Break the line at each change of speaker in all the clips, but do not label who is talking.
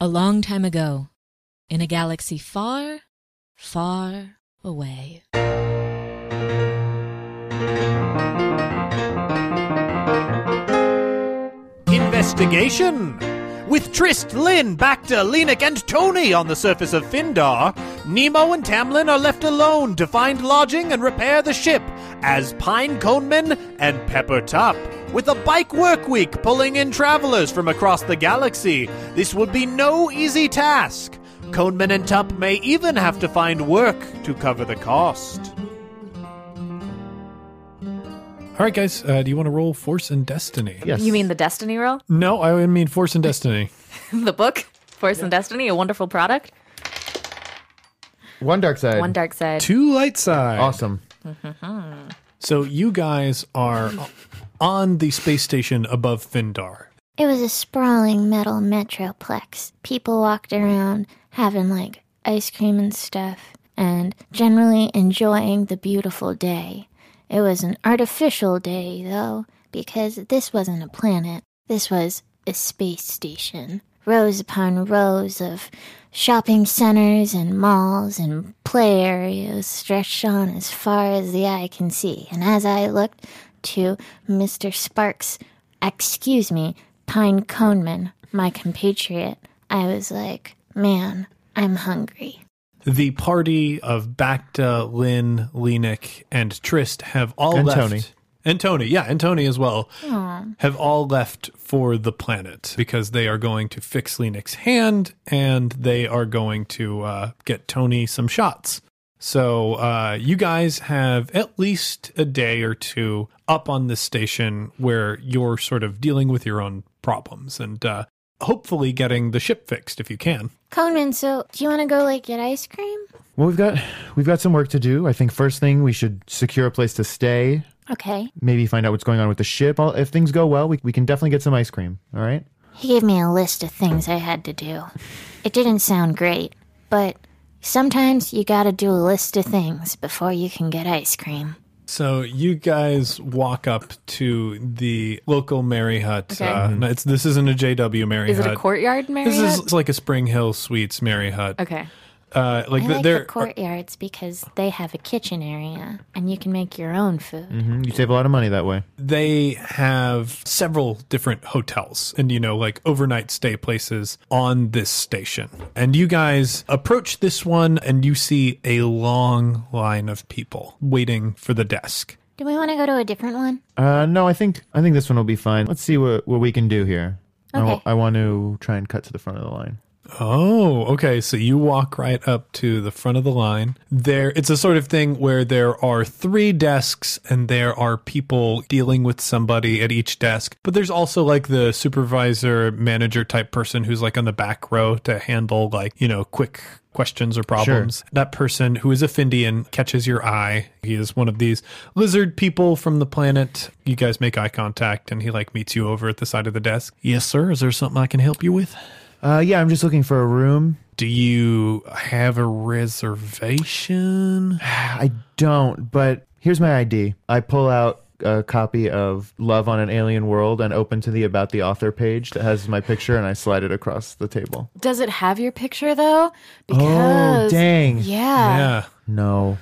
A long time ago, in a galaxy far, far away.
Investigation! With Trist, Lynn, Bacta, Lenik, and Tony on the surface of Findar, Nemo and Tamlin are left alone to find lodging and repair the ship as Pine Coneman and Pepper Top. With a bike work week pulling in travelers from across the galaxy, this would be no easy task. Coneman and Tup may even have to find work to cover the cost.
All right, guys. Uh, do you want to roll Force and Destiny?
Yes.
You mean the Destiny roll?
No, I mean Force and Destiny.
the book? Force and Destiny, a wonderful product.
one dark side?
One dark side.
Two light side.
Awesome.
So you guys are on the space station above Findar.
It was a sprawling metal metroplex. People walked around having like ice cream and stuff and generally enjoying the beautiful day. It was an artificial day though, because this wasn't a planet. This was a space station. Rows upon rows of shopping centers and malls and play areas stretched on as far as the eye can see. And as I looked to Mr. Sparks' excuse me, Pine Coneman, my compatriot, I was like, man, I'm hungry.
The party of Bacta, Lynn, Lenik, and Trist have all
And
left.
Tony.
And Tony, yeah, and Tony as well, have all left for the planet because they are going to fix Lenik's hand and they are going to uh, get Tony some shots. So uh, you guys have at least a day or two up on this station where you're sort of dealing with your own problems and uh, hopefully getting the ship fixed if you can.
Coneman, so do you want to go like get ice cream?
Well, we've got we've got some work to do. I think first thing we should secure a place to stay.
Okay.
Maybe find out what's going on with the ship. I'll, if things go well, we, we can definitely get some ice cream. All right.
He gave me a list of things I had to do. It didn't sound great, but sometimes you gotta do a list of things before you can get ice cream.
So you guys walk up to the local Mary Hut.
Okay.
Uh, no, it's, this isn't a JW Mary
Is
Hut.
it a courtyard, Mary?
This is it's like a Spring Hill Suites Mary Hut.
Okay.
Uh, like
I
th-
like
there
the courtyards because they have a kitchen area and you can make your own food.
Mm-hmm.
Mhm, You save a lot of money that way.
they have several different hotels and you know like overnight stay places on this station and you guys approach this one and you see a long line of people waiting for the desk
Do we want to go to a different one?
Uh, no, I think I think this one will be fine. Let's see what what we can do here. I wa-
Okay.
I want to try and cut to the front of the line.
Oh, okay. So you walk right up to the front of the line. There, it's a sort of thing where there are three desks and there are people dealing with somebody at each desk. But there's also like the supervisor, manager type person who's like on the back row to handle like, you know, quick questions or problems. That person who is a Findian catches your eye. He is one of these lizard people from the planet. You guys make eye contact and he like meets you over at the side of the desk. Yes, sir. Is there something I can help you with?
Uh, yeah, I'm just looking for a room.
Do you have a reservation?
I don't, but here's my ID. I pull out a copy of Love on an Alien World and open to the About the Author page that has my picture and I slide it across the table.
Does it have your picture though? Because
oh, dang.
Yeah.
Yeah,
No.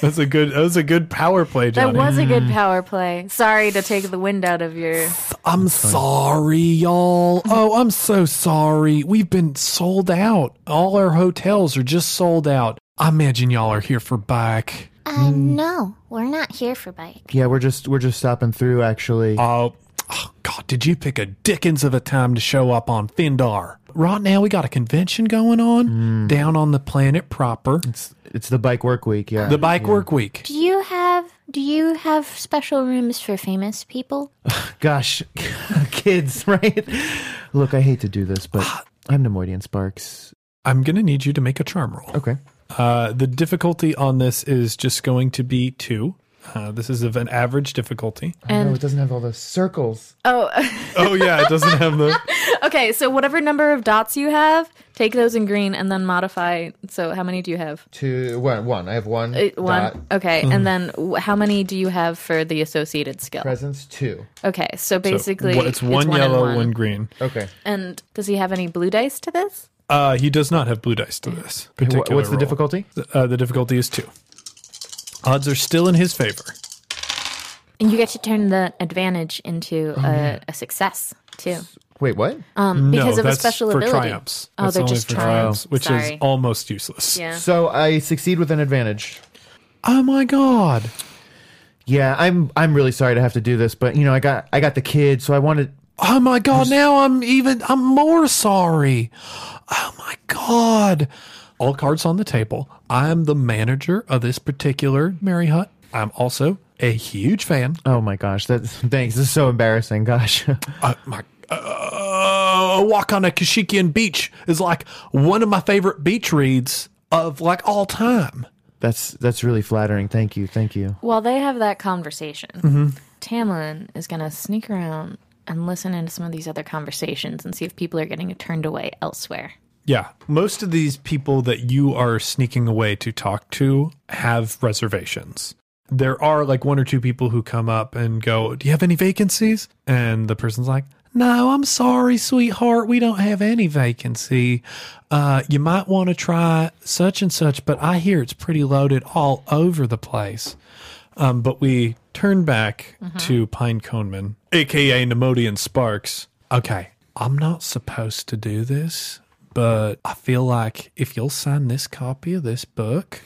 that's a good. That was a good power play,
That
Johnny.
was a good power play. Sorry to take the wind out of your
I'm sorry, y'all. Oh, I'm so sorry. We've been sold out. All our hotels are just sold out. I imagine y'all are here for bike.
Uh,
Mm-hmm.
no, we're not here for bike.
Yeah, we're just we're just stopping through actually.
Oh, oh, God, did you pick a dickens of a time to show up on Findar? Right now, we got a convention going on down on the planet proper.
It's it's the bike work week, yeah.
the Bike Work Week.
Do you have do you have special rooms for famous people?
Gosh, kids, right? Look, I hate to do this, but I'm Nemoidian Sparks.
I'm gonna need you to make a charm roll.
Okay.
Uh, the difficulty on this is just going to be two. Uh, this is of an average difficulty.
no,
and
it doesn't have all the circles.
oh
Oh yeah, it doesn't have the.
okay, so whatever number of dots you have, Take those in green and then modify. So how many do you have?
Two, one, one. I have one.
Uh, one.
Dot,
Okay,
Mm-hmm.
and then w- how many do you have for the associated skill?
presence two.
Okay, so basically
So, wha- it's one
and
yellow, one. green.
Okay.
And does he have any blue dice to this?
Uh, he does not have blue dice to this particular.
Wh- What's the
roll.
difficulty?
Uh, the difficulty is two. Odds are still in his favor.
And you get to turn the advantage into a, a success too,
Wait, what?
um, because
Oh, no,
of a
that's
special
for
ability.
triumphs.
Oh,
That's
they're
only
just
for
triumphs.
which
Sorry.
is almost useless.
yeah.
So I succeed with an advantage.
Oh my god!
Yeah, I'm I'm really sorry to have to do this, but you know, I got I got the kids, so I wanted
Oh my god! Now I'm even. I'm more sorry. Oh my god! All cards on the table. I'm the manager of this particular Mary Hut. I'm also a huge fan.
Oh my gosh, that's thanks. This is so embarrassing. Gosh.
Uh, my uh, a walk on a Kashikian beach is like one of my favorite beach reads of like all time.
that's that's really flattering. Thank you. Thank you.
While they have that conversation,
Mm-hmm.
Tamlin is going to sneak around and listen into some of these other conversations and see if people are getting turned away elsewhere.
Yeah. Most of these people that you are sneaking away to talk to have reservations. There are like one or two people who come up and go, Do you have any vacancies? And the person's like, No, I'm sorry, sweetheart. We don't have any vacancy. Uh, you might want to try such and such, but I hear it's pretty loaded all over the place. Um, but we turn back to Pine Coneman, aka Nemodian Sparks. Okay, I'm not supposed to do this, but I feel like if you'll sign this copy of this book.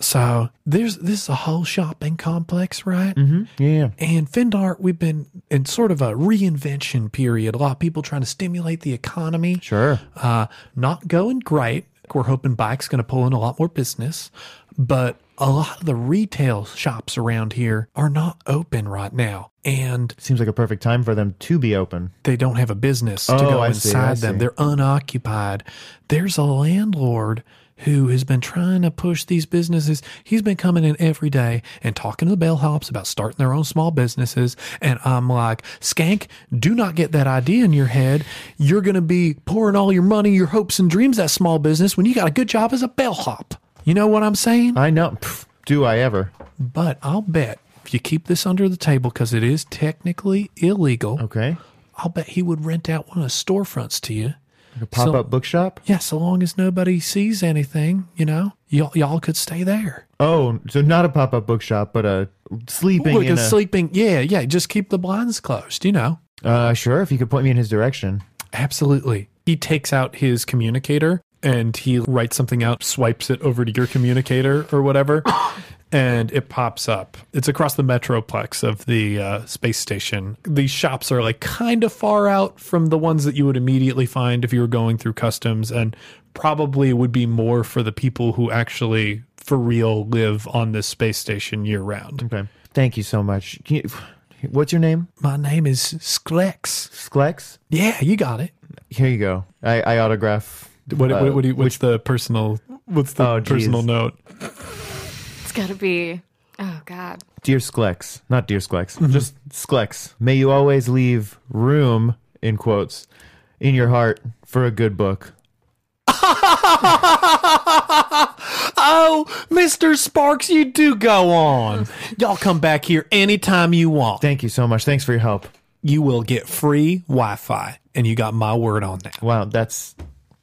So there's this is a whole shopping complex, right?
Mm-hmm. Yeah.
And Findart, we've been in sort of a reinvention period. A lot of people trying to stimulate the economy.
Sure.
Uh, not going great. We're hoping Bike's going to pull in a lot more business, but a lot of the retail shops around here are not open right now. And
Seems like a perfect time for them to be open.
they don't have a business to
Oh,
go
I see, I
inside them.
see.
They're unoccupied. There's a landlord who has been trying to push these businesses. He's been coming in every day and talking to the bellhops about starting their own small businesses. And I'm like, Skank, do not get that idea in your head. You're going to be pouring all your money, your hopes and dreams at small business when you got a good job as a bellhop. You know what I'm saying?
I know. Pff, do I ever?
But I'll bet if you keep this under the table because it is technically illegal.
Okay.
I'll bet he would rent out one of the storefronts to you.
Like a pop up bookshop?
Yeah, so long as nobody sees anything, you know, y'all, y'all could stay there.
Oh, so not a pop up bookshop, but a sleeping
Like
in
a
a-
sleeping, yeah, yeah. Just keep the blinds closed, you know.
uh, sure, if you could point me in his direction.
Absolutely. He takes out his communicator and he writes something out, swipes it over to your communicator or whatever, and it pops up. It's across the metroplex of the uh, space station. These shops are like kind of far out from the ones that you would immediately find if you were going through customs, and probably would be more for the people who actually, for real, live on this space station year round.
Okay. Thank you so much. Can you, what's your name?
My name is Sklex.
Sklex?
Yeah, you got it.
Here you go. I, I autograph.
What,
uh,
what, what do you, what's the personal? What's the
Oh, geez.
personal note?
It's got to be. Oh God.
Dear Sklex, not Dear Sklex, just Sklex, may you always leave room, in quotes, in your heart for a good book.
oh, Mister Sparks, you do go on. Y'all come back here anytime you want.
Thank you so much. Thanks for your help.
You will get free Wi-Fi, and you got my word on that.
Wow, that's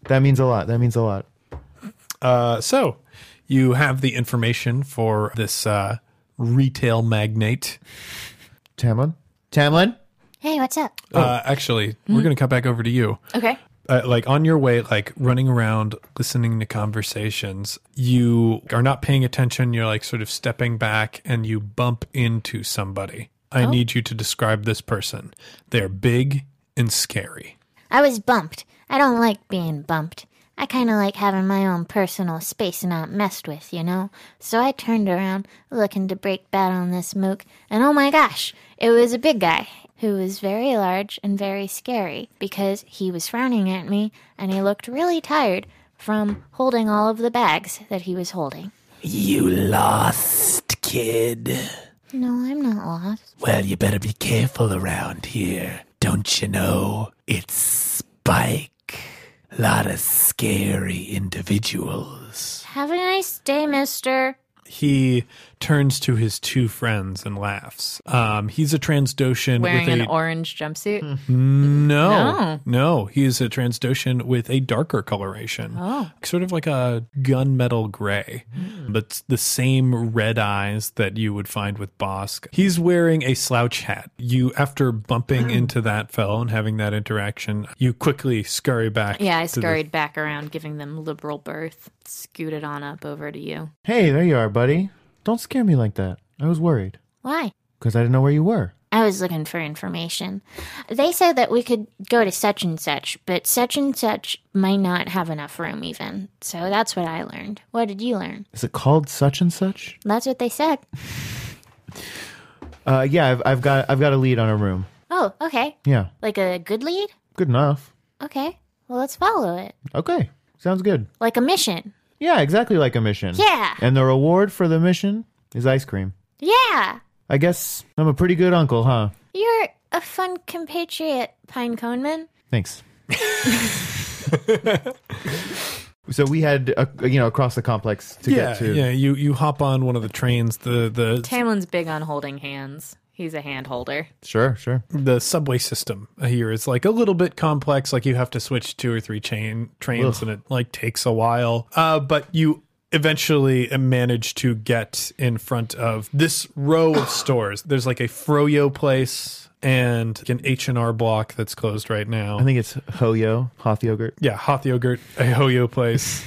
that means a lot. That means a lot.
Uh, so, you have the information for this uh, retail magnate.
Tamlin? Tamlin?
Hey, what's up?
Uh, actually, we're gonna come back over to you.
Okay.
uh, like on your way, like running around listening to conversations, you are not paying attention. You're like sort of stepping back and you bump into somebody. I need you to describe this person. They're big and scary.
I was bumped. I don't like being bumped. I kind of like having my own personal space and not messed with, you know? So I turned around, looking to break bad on this mook, and oh my gosh, it was a big guy who was very large and very scary because he was frowning at me and he looked really tired from holding all of the bags that he was holding.
You lost, kid.
No, I'm not lost.
Well, you better be careful around here. Don't you know? It's Spike, Lot of scary individuals.
Have a nice day, mister.
He turns to his two friends and laughs. Um, he's a transdoshan
Wearing
with
an
a
orange
Hmm.
jumpsuit.
no,
No.
no. He is a transdoshan with a darker coloration,
Oh. Hmm.
sort of like a gunmetal gray, but the same red eyes that you would find with Bosk. He's wearing a slouch hat. You, after
Hmm.
bumping into that fellow and having that interaction, you quickly scurry back.
Yeah, I
to the-
scurried back around, giving them liberal birth. Scooted on up over to you.
Hey, there you are, buddy. Don't scare me like that. I was worried
Why?
because I didn't know where you were.
I was looking for information. They said that we could go to such and such, but such and such might not have enough room, even. So that's what I learned. What did you learn?
Is it called such and such?
That's what they said.
Uh, yeah, I've, I've got I've got a lead on a room.
Oh, okay.
Yeah,
Like a good lead?
good enough.
Okay. Well, let's follow it.
Okay, sounds good.
Like a mission.
Yeah, exactly like a mission.
Yeah.
And the reward for the mission is ice cream.
Yeah.
I guess I'm a pretty good uncle, huh?
You're a fun compatriot, Pine Coneman.
Thanks. so we had, uh, you know, across the complex to
Yeah,
get to.
yeah. You you hop on one of the trains. The the
Tamlin's big on holding hands. He's a hand holder.
Sure, sure.
the subway system here is like a little bit complex like you have to switch two or three chain trains and it like takes a while uh, but you eventually uh, manage to get in front of this row of stores there's like a froyo place and an h&r block that's closed right now
I think it's Hoyo, Hoth yogurt.
yeah hot yogurt a hoyo place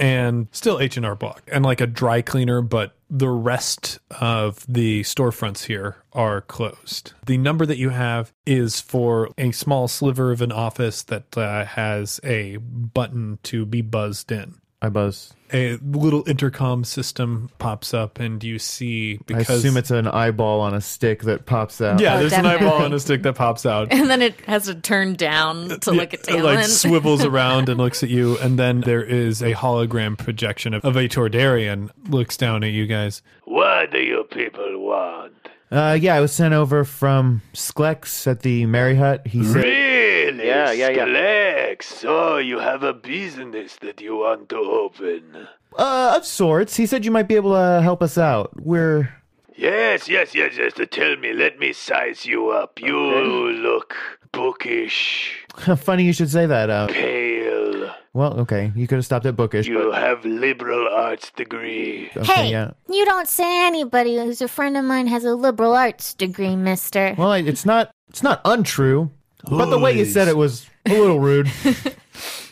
and still h&r block and like a dry cleaner but the rest of the storefronts here are closed the number that you have is for a small sliver of an office that uh, has a button to be buzzed in
I buzz.
a little intercom system pops up and you see
I
because
assume it's an eyeball on a stick that pops out.
yeah,
Oh,
there's
definitely.
an eyeball and a stick that pops out.
And then it has to turn down to look at
It
Tamlin.
like swivels around and looks at you, and then there is a hologram projection of, of a Tordarian looks down at you guys.
What do you people want?
Uh, yeah, I was sent over from Sklex at the Merry Hut. He said,
Really?
Yeah, yeah, yeah.
Sklex, so you have a business that you want to open.
uh, of sorts. He said you might be able to help us out. We're
Yes, yes, yes, yes. To tell me, let me size you up. You look bookish,
funny you should say that. Uh,
pale.
well, okay, you could have stopped at bookish.
You have liberal arts degree.
Okay,
hey,
yeah.
you don't say anybody who's a friend of mine has a liberal arts degree, mister.
Well, I- it's not it's not untrue, but the way you said it was a little rude.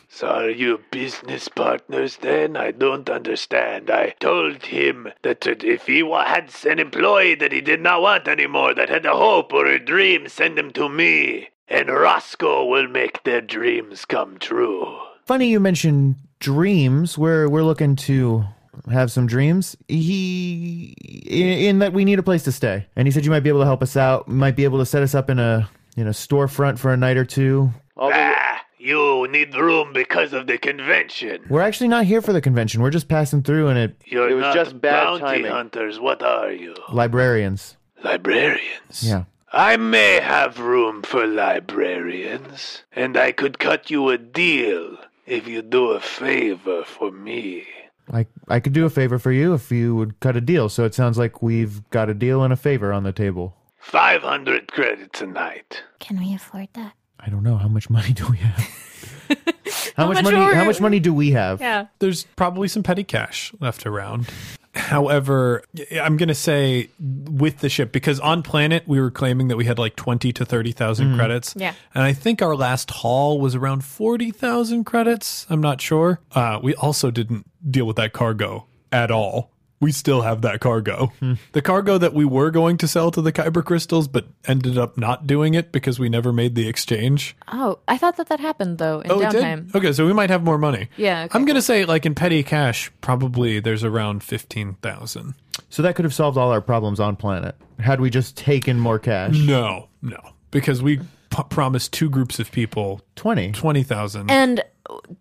So are you business partners then? I don't understand. I told him that if he wa- had an employee that he did not want anymore, that had a hope or a dream, send him to me. And Roscoe will make their dreams come true.
Funny you mentioned dreams. We're we're looking to have some dreams. He in, in that we need a place to stay, and he said you might be able to help us out. Might be able to set us up in a in a storefront for a night or two.
Ah, you need room because of the convention.
We're actually not here for the convention. We're just passing through, and it
You're
It was
not
just bad
bounty
timing.
hunters. What are you?
librarians.
Librarians.
Yeah.
I may have room for librarians, and I could cut you a deal if you do a favor for me.
I, I could do a favor for you if you would cut a deal. So it sounds like we've got a deal and a favor on the table.
500 credits a night.
Can we afford that?
I don't know how much money do we have. how, much,
much
money?
are
How
we-
much money do we have?
yeah.
There's probably some petty cash left around. However, y- I'm going to say with the ship because on planet we were claiming that we had like 20 to 30,000 credits.
Yeah.
And I think our last haul was around 40,000 credits. I'm not sure. Uh, we also didn't deal with that cargo at all. We still have that cargo. The cargo that we were going to sell to the Kyber crystals, but ended up not doing it because we never made the exchange.
Oh, I thought that that happened though in
Oh, it
downtime.
did? Okay, so we might have more money.
Yeah, okay.
I'm going to say, like, in petty cash, probably there's around 15,000.
So that could have solved all our problems on planet had we just taken more cash.
No, no. Because we p- promised two groups of people
Twenty.
20,000.
And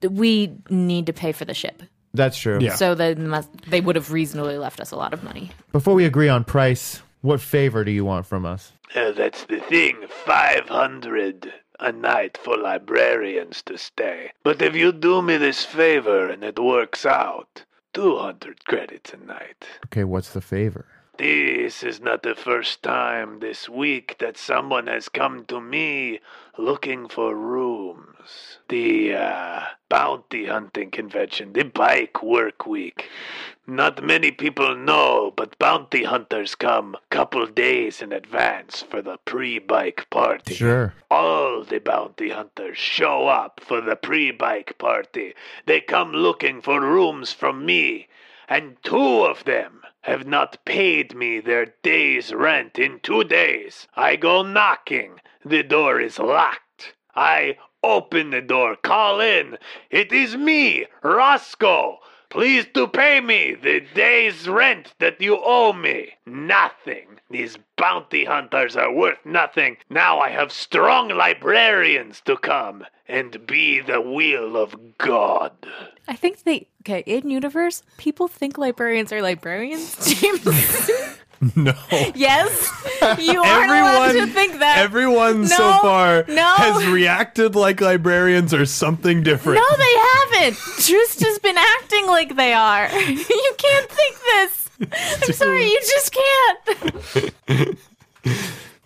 we need to pay for the ship.
That's true.
Yeah.
So they must, they would have reasonably left us a lot of money.
Before we agree on price, what favor do you want from us?
Uh, that's the thing, 500. a night for librarians to stay. But if you do me this favor and it works out, 200 credits a night.
Okay, what's the favor?
This is not the first time this week that someone has come to me looking for rooms. The uh, bounty hunting convention, the bike work week. Not many people know, but bounty hunters come couple days in advance for the pre-bike party.
Sure.
All the bounty hunters show up for the pre-bike party. They come looking for rooms from me, and two of them have not paid me their day's rent in two days. I go knocking. The door is locked. I open the door, call in. It is me, Roscoe. Please to pay me the day's rent that you owe me. Nothing. These bounty hunters are worth nothing. Now I have strong librarians to come and be the will of God.
I think they okay in universe people think librarians are librarians. James,
No.
yes, you aren't allowed to think that.
Everyone so
No,
far
no.
has reacted like librarians are something different.
no, they haven't. Trist has been acting like they are. you can't think this. I'm sorry, you just can't.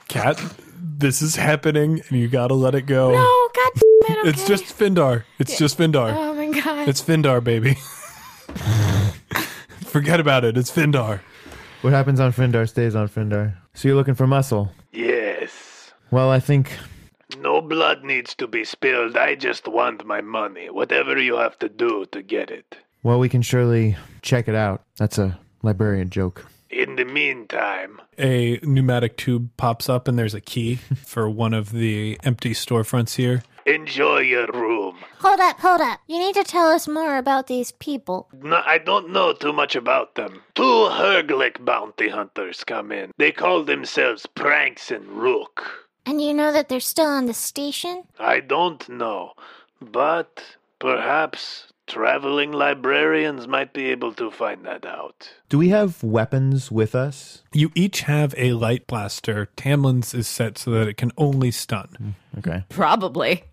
Cat, this is happening and you gotta let it go.
Oh god, damn it, okay.
It's just Findar. It's just Findar.
Oh my god.
It's Findar, baby. Forget about it. It's Findar.
What happens on Findar stays on Findar. So you're looking for muscle.
Yes.
Well, I think
No blood needs to be spilled. I just want my money. Whatever you have to do to get it.
well we can surely check it out. That's a librarian joke.
In the meantime,
A pneumatic tube pops up and there's a key for one of the empty storefronts here.
enjoy your room.
Hold up, hold up. You need to tell us more about these people.
No, I don't know too much about them. Two Herglick bounty hunters come in. They call themselves Pranks and Rook.
And you know that they're still on the station?
I don't know, but perhaps traveling librarians might be able to find that out.
Do we have weapons with us?
You each have a light blaster. Tamlin's is set so that it can only stun.
Okay.
Probably.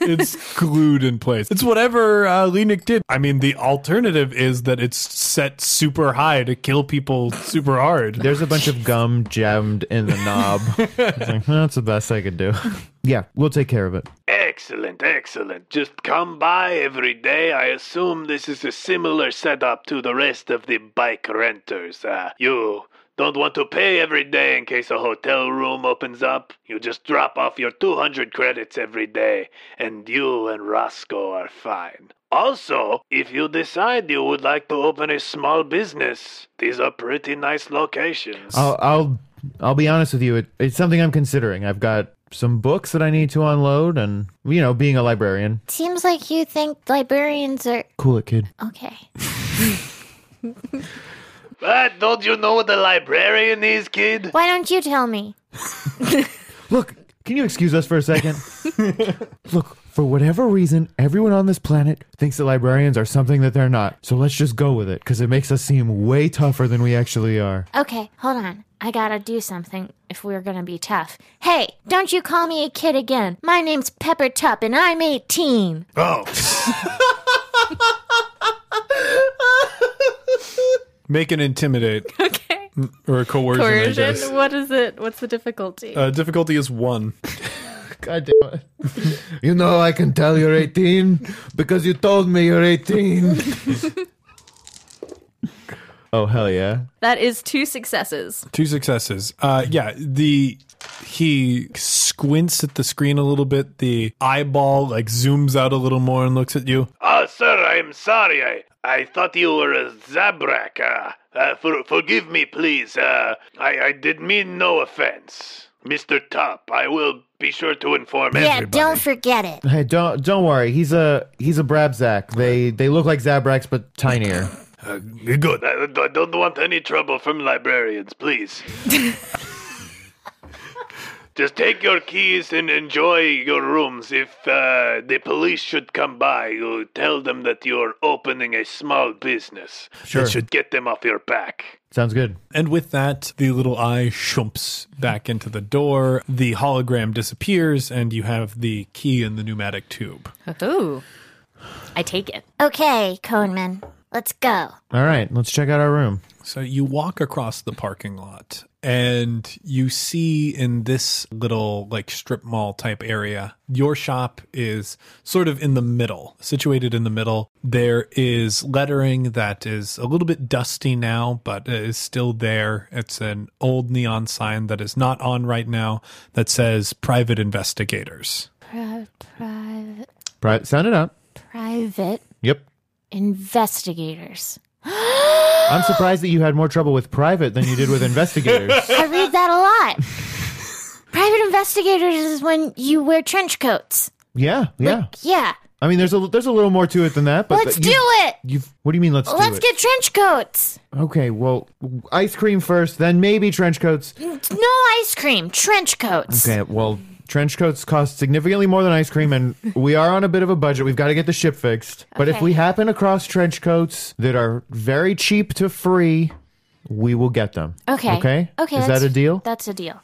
It's glued in place. It's whatever uh, Lenik did. I mean, the alternative is that it's set super high to kill people super hard.
There's a bunch of gum jammed in the knob. It's like, "Well, that's the best I could do. yeah, we'll take care of it.
Excellent, excellent. Just come by every day. I assume this is a similar setup to the rest of the bike renters. Uh, you don't want to pay every day in case a hotel room opens up. You just drop off your 200 credits every day, and you and Roscoe are fine. Also, if you decide you would like to open a small business, these are pretty nice locations.
I'll I'll I'll be honest with you. It, it's something I'm considering. I've got some books that I need to unload, and you know, being a librarian,
Seems like you think librarians are.
cool it, kid.
Okay.
But don't you know what a librarian is, kid?
Why don't you tell me?
Look, can you excuse us for a second? Look, for whatever reason, everyone on this planet thinks that librarians are something that they're not. So let's just go with it, because it makes us seem way tougher than we actually are.
Okay, hold on. I gotta do something if we're gonna be tough. Hey, don't you call me a kid again. My name's Pepper Tupp and I'm 18.
Make an intimidate
Okay.
or a coercion, I guess.
Coercion. What is it? What's the difficulty?
Uh, difficulty is one.
God damn it.
You know, I can tell you're 18 because you told me you're 18. oh, hell yeah.
that is two successes.
Two successes. Uh, yeah, the he squints at the screen a little bit. The eyeball like zooms out a little more and looks at you.
Oh, sir, I'm sorry. I, I thought you were a Zabrak. Uh, uh, for, forgive me, please. Uh, I, I did mean no offense. Mr. Top, I will be sure to inform
Yeah,
everybody.
don't forget it.
Hey, don't don't worry. He's a he's a Brabzak. They they look like Zabraks but tinier.
Good. I, I don't want any trouble from librarians, please. Just take your keys and enjoy your rooms. If uh, the police should come by, you tell them that you're opening a small business.
Sure.
That should get them off your back.
Sounds good.
And with that, the little eye shumps back into the door. The hologram disappears, and you have the key in the pneumatic tube.
Ooh. I take it.
Okay, Coneman, let's go.
All right, let's check out our room.
So you walk across the parking lot and you see in this little like strip mall type area, your shop is sort of in the middle, situated in the middle. There is lettering that is a little bit dusty now, but is still there. It's an old neon sign that is not on right now that says private investigators.
Pri- private,
Pri- sound it out.
private
Yep.
investigators.
I'm surprised that you had more trouble with private than you did with investigators.
I read that a lot. private investigators is when you wear trench coats.
yeah, yeah.
Yeah,
I mean, there's a there's a little more to it than that. Oh. But
let's
but
do
you,
it.
You've, what do you mean? Let's, do
Let's
it.
get trench coats.
okay. Well, ice cream first, then maybe trench coats.
No ice cream, trench coats.
Okay, well, trench coats cost significantly more than ice cream, and we are on a bit of a budget. We've got to get the ship fixed. But if
Okay.
we happen across trench coats that are very cheap to free, we will get them.
Okay.
Okay.
Okay.
Is
that's-
that a deal?
That's a deal.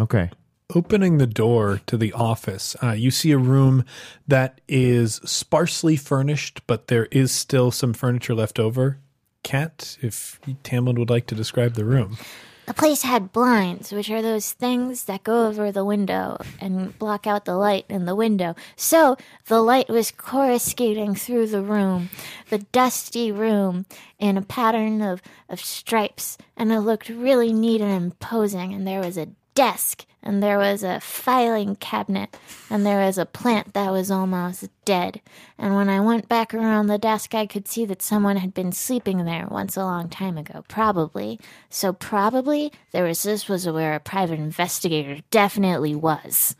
okay.
Opening the door to the office, uh, you see a room that is sparsely furnished, but there is still some furniture left over. Kat, if Tamlin would like to describe the room.
The place had blinds, which are those things that go over the window and block out the light in the window. So the light was coruscating through the room, the dusty room, in a pattern of, of stripes, and it looked really neat and imposing. And there was a desk, and there was a filing cabinet, and there was a plant that was almost dead. And when I went back around the desk, I could see that someone had been sleeping there once a long time ago, probably. So probably there was this was where a private investigator definitely was.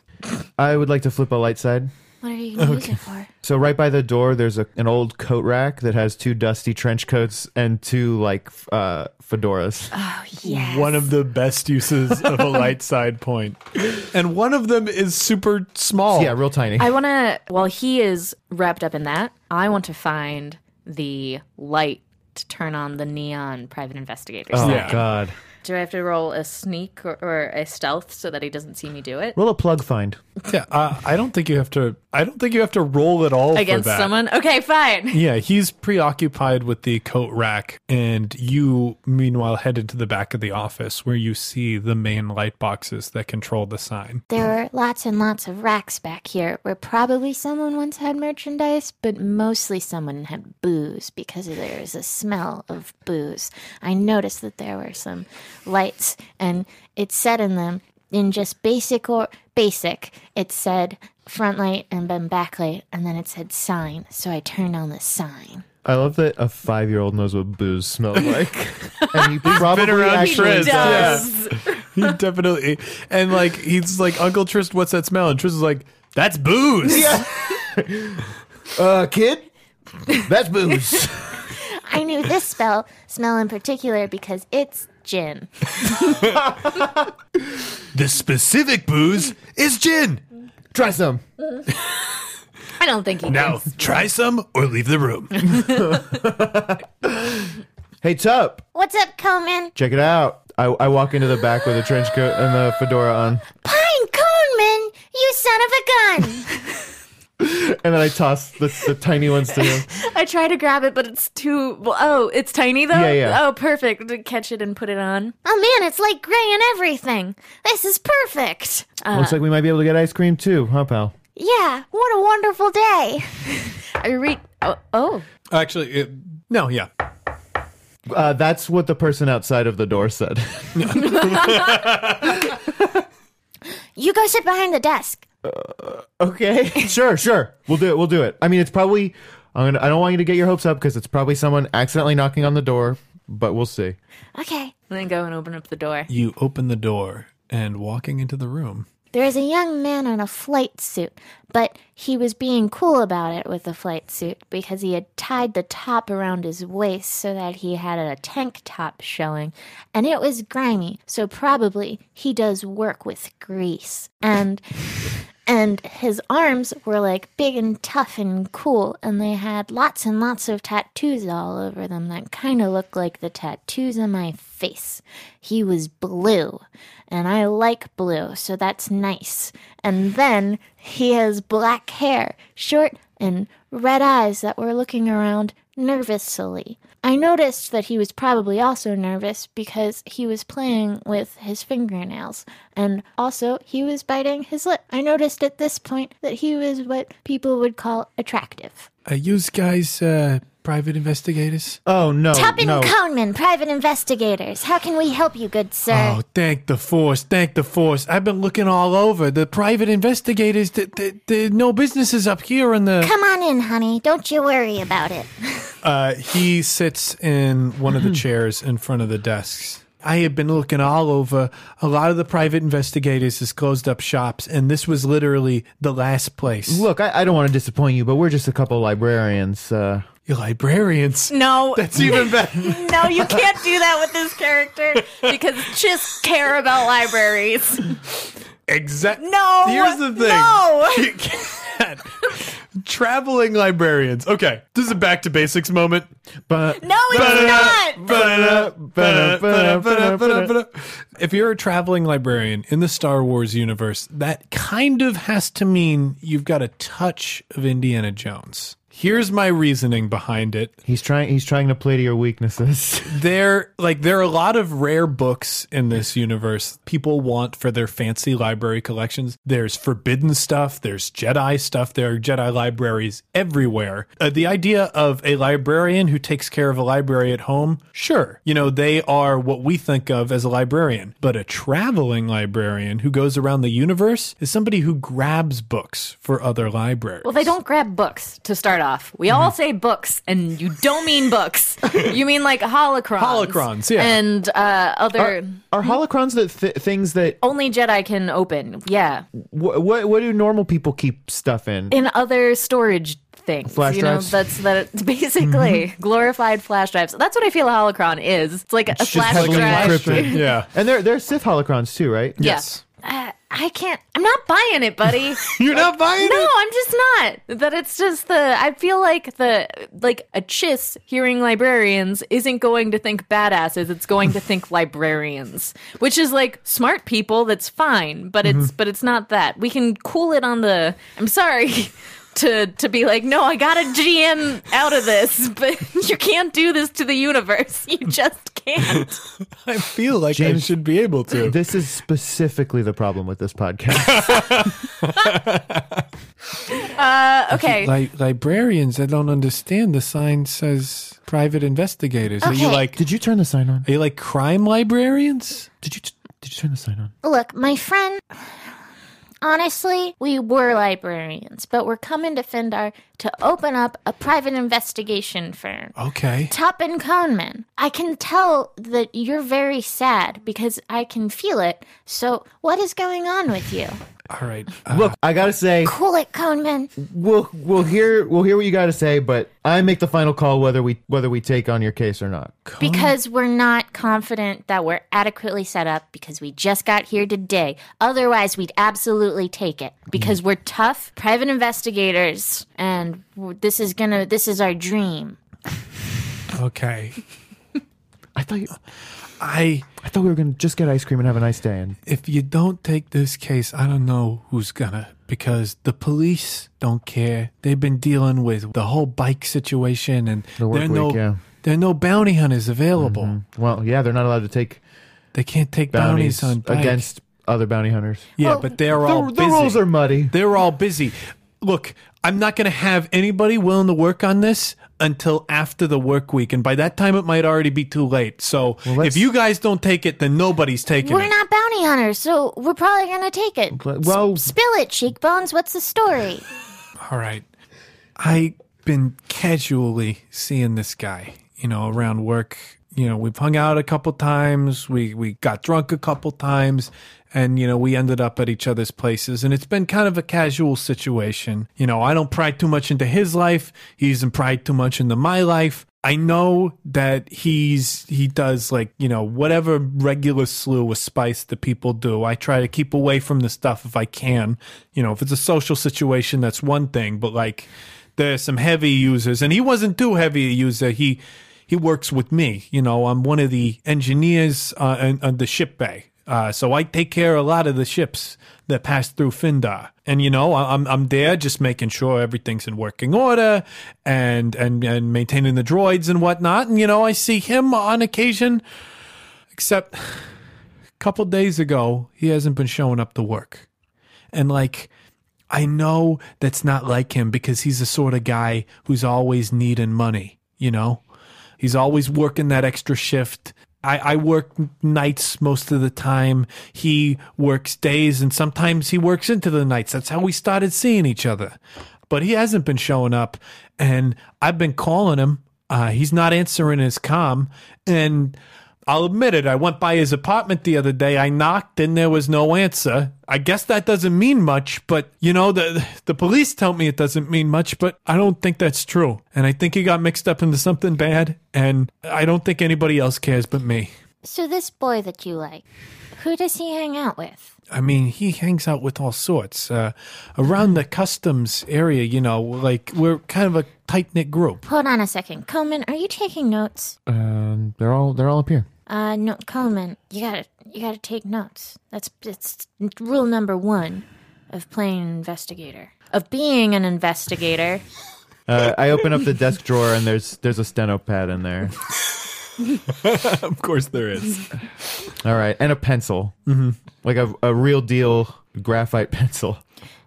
I would like to flip a light side.
What are you gonna use it for?
So right by the door, there's a, an old coat rack that has two dusty trench coats and two like f- uh, fedoras.
Yes.
One of the best uses of a light side point. And one of them is super
Oh.
small.
Yeah, real tiny.
I want to, while he is wrapped up in that, I want to find the light to turn on the neon private investigator.
oh
Yeah.
God!
Do I have to roll a sneak or, or a stealth so that he doesn't see me do it?
Roll a plug find.
Yeah, uh, I don't think you have to. I don't think you have to roll at all
Against
for that.
someone? Okay, fine.
Yeah, he's preoccupied with the coat rack, and you, meanwhile, headed to the back of the office where you see the main light boxes that control the sign.
There were lots and lots of racks back here where probably someone once had merchandise, but mostly someone had booze because there was a smell of booze. I noticed that there were some lights and it said in them, in just basic or basic, it said front light and then back light, and then it said sign. So I turned on the sign.
I love that a five year old knows what booze smells like. and he probably actually
Trist, does.
he definitely. And like, he's like, Uncle Trist, what's that smell? And Trist is like, that's booze.
Uh, kid, that's booze.
I knew this spell smell in particular because it's gin.
The specific booze is gin.
Try some.
I don't think he
Now, try some or leave the room.
Hey, Tup,
What's up, Coleman?
check it out. I, I walk into the back with a trench coat and the fedora on,
Pine Coneman, you son of a gun!
and then I toss the, the tiny ones to him.
I try to grab it, but it's too. well, Oh, it's tiny though.
Yeah, yeah.
Oh, perfect. To Catch it and put it on.
Oh man, it's like gray and everything. This is perfect.
Looks like we might be able to get ice cream too, huh, pal?
Yeah, what a wonderful day.
I re. Oh, oh.
Actually, it, no, yeah.
Uh, that's what the person outside of the door said.
You go sit behind the desk.
okay, sure, sure, we'll do it. We'll do it. I mean, it's probably. I'm gonna. I don't want you to get your hopes up because it's probably someone accidentally knocking on the door, but we'll see.
Okay.
And then go and open up the door.
You open the door and walking into the room.
There was a young man on a flight suit, but he was being cool about it with the flight suit because he had tied the top around his waist so that he had a tank top showing, and it was grimy, so probably he does work with grease. And and his arms were like big and tough and cool, and they had lots and lots of tattoos all over them that kind of looked like the tattoos on my face. He was blue, and I like blue, so that's nice. And then he has black hair, short and red eyes that were looking around nervously. I noticed that he was probably also nervous because he was playing with his fingernails and also he was biting his lip. I noticed at this point that he was what people would call attractive.
Are you guys uh, private investigators?
Oh no,
Tuppen
no.
Coneman, private investigators. How can we help you, good sir?
Oh, thank the force, thank the force. I've been looking all over. The private investigators, th- th- th- no businesses up here in the.
Come on in, honey. Don't you worry about it.
Uh, he sits in one of the chairs in front of the desks.
I have been looking all over. A lot of the private investigators has closed up shops, and this was literally the last place.
Look, I, I don't want to disappoint you, but we're just a couple librarians. Uh,
you librarians.
No,
That's even better.
no, you can't do that with this character because just care about libraries.
Exactly.
No,
Here's the thing.
no.
You can't. Traveling librarians. Okay, this is a back to basics moment.
but
No,
uh,
it's not.
If you're a traveling librarian in the Star Wars universe, that kind of has to mean you've got a touch of Indiana Jones. Here's my reasoning behind it.
he's trying. He's trying to play to your weaknesses.
there like there are a lot of rare books in this universe people want for their fancy library collections there's forbidden stuff there's jedi stuff there are jedi libraries everywhere uh, the idea of a librarian who takes care of a library at home sure you know they are what we think of as a librarian but a traveling librarian who goes around the universe is somebody who grabs books for other libraries
Well, they don't grab books to start off. We all say books, and you don't mean books. you mean like holocrons.
Holocrons, yeah.
And uh, other.
Are, are holocrons the th- things that
only Jedi can open. Yeah.
what, what what do normal people keep stuff in?
In other storage things.
Flash
you know,
drives? Mm-hmm.
that's that it's basically glorified flash drives. That's what I feel a holocron is. It's like a flash
heavily
drive.
encrypted.
yeah
And there there are Sith holocrons too, right?
Yeah.
Yes.
Uh, I can't. I'm not buying it, buddy.
you're not buying
No, I'm just not. That it's just the I feel like the like a chiss hearing librarians isn't going to think badasses, it's going to think librarians. Which is like smart people, that's fine, but it's but it's not that. We can cool it on the I'm sorry. To, to be like no I got a GM out of this but you can't do this to the universe you just can't
i feel like i
James-
should be able to
This is specifically the problem with this podcast.
uh, okay
Li- librarians, I don't understand. The sign says private investigators. Are you
Okay.
like
Did you turn the sign on?
are you like crime librarians?
Did you t- did you turn the sign on?
Look, my friend, honestly, we were librarians, but we're coming to Findar to open up a private investigation firm.
Okay.
Toppin Coneman, I can tell that you're very sad because I can feel it. So, what is going on with you?
All right.
Uh,
Uh,
Look, I gotta say,
Cool it, Coneman.
we'll we'll hear we'll hear what you gotta say, but I make the final call whether we whether we take on your case or not.
Because we're not confident that we're adequately set up because we just got here today. Otherwise, we'd absolutely take it
Mm-hmm.
because we're tough private investigators and w- this is going to this is our dream.
Okay.
I thought you,
I
I thought we were gonna just get ice cream and have a nice day. And
if you don't take this case, I don't know who's gonna because the police don't care. They've been dealing with the whole bike situation and
The work
there are no
week, yeah.
there are no bounty hunters available.
well, yeah, they're not allowed to take
They can't take bounties,
bounties
on bike.
against other bounty hunters.
yeah but they're all
the, the
busy.
rules are muddy.
They're all busy.
busy. Look, I'm not going to have anybody willing to work on this until after the work week, and by that time it might already be too late. So if
let's-
you guys don't take it, then nobody's taking
We're
it.
not bounty hunters, so we're probably going to take it.
But- well,
Spill it, Cheekbones. What's the story?
all right, I've been casually seeing this guy.
you know, around work. You know, we've hung out a couple times. We we got drunk a couple times, and you know, we ended up at each other's places. And it's been kind of a casual situation. You know, I don't pry too much into his life. He doesn't pry too much into my life. I know that he's he does like you know whatever regular slew of spice that people do. I try to keep away from the stuff if I can. You know, if it's a social situation, that's one thing. But like, there's some heavy users, and he wasn't too heavy a user. He he works with me. You know, I'm one of the engineers uh, on, on the ship bay, uh, so I take care of a lot of the ships that pass through Findar. And you know, I- I'm I'm there just making sure everything's in working order and and and maintaining the droids and whatnot. And you know, I see him on occasion, except a couple days ago he hasn't been showing up to work, and like. I know that's not like him because he's the sort of guy who's always needing money, you know? He's always working that extra shift. I, I work nights most of the time. He works days and sometimes he works into the nights. That's how we started seeing each other. But he hasn't been showing up and I've been calling him. Uh, he's not answering his com. And I'll admit it, I went by his apartment the other day. I knocked and there was no answer. I guess that doesn't mean much, but you know, the the police tell me it doesn't mean much, but I don't think that's true. And I think he got mixed up into something bad, and I don't think anybody else cares but me.
So this boy that you like, who does he hang out with?
I mean, he hangs out with all sorts. Uh, around the customs area, you know, like we're kind of a tight knit group.
Hold on a second, Coleman. Are you taking notes?
Um, they're all they're all up here.
Uh, no, Coleman. You gotta you gotta take notes. That's that's rule number one of playing an investigator, of being an investigator.
Uh, I open up the desk drawer and there's there's a steno pad in there.
Of course there is.
All right, and a pencil, mm-hmm. like a a real deal graphite pencil.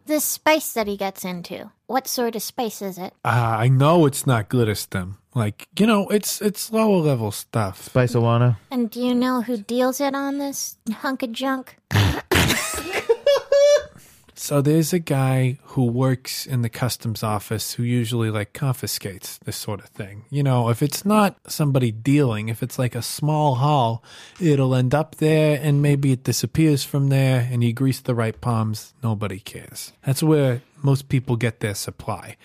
the spice that he gets into. What sort of spice is it?
Uh, I know it's not glitter stem. Like, you know, it's it's lower level stuff.
By Solana.
And do you know who deals it on this hunk of junk?
So there's a guy who works in the customs office who usually like confiscates this sort of thing. You know, if it's not somebody dealing, if it's like a small haul, it'll end up there and maybe it disappears from there and you grease the right palms, nobody cares. That's where most people get their supply.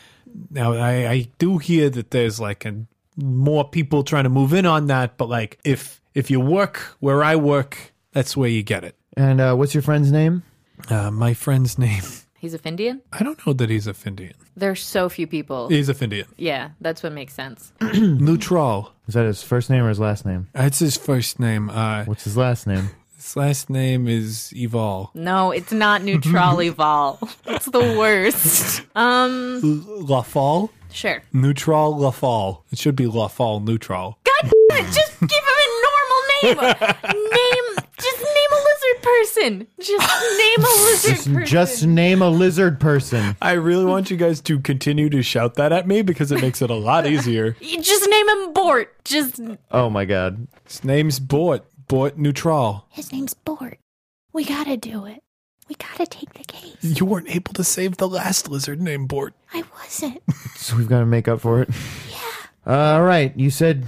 Now I, I do hear that there's like a more people trying to move in on that, but like if if you work where I work, that's where you get it.
And uh, what's your friend's name?
Uh, my friend's name
He's a Findian?
I don't know that he's a Findian.
There's so few people.
He's a Findian.
Yeah, that's what makes sense.
Neutral.
Is that his first name or his last name?
That's his first name. Uh,
What's his last name?
his last name is Evol.
No, it's not Neutralival. it's the worst. Um,
Lafal?
sure.
Neutral Lafal. It should be Lafal Neutral.
God damn it, just give him a normal name. name, just name a lizard person. Just name a lizard person.
Just name a lizard person.
I really want you guys to continue to shout that at me because it makes it a lot easier.
You just name him Bort. Just
Oh my god.
His name's Bort. Bort Neutral.
His name's Bort. We gotta do it. We gotta take the case.
You weren't able to save the last lizard named Bort.
I wasn't.
So we've got to make up for it. Yeah. all right. You said,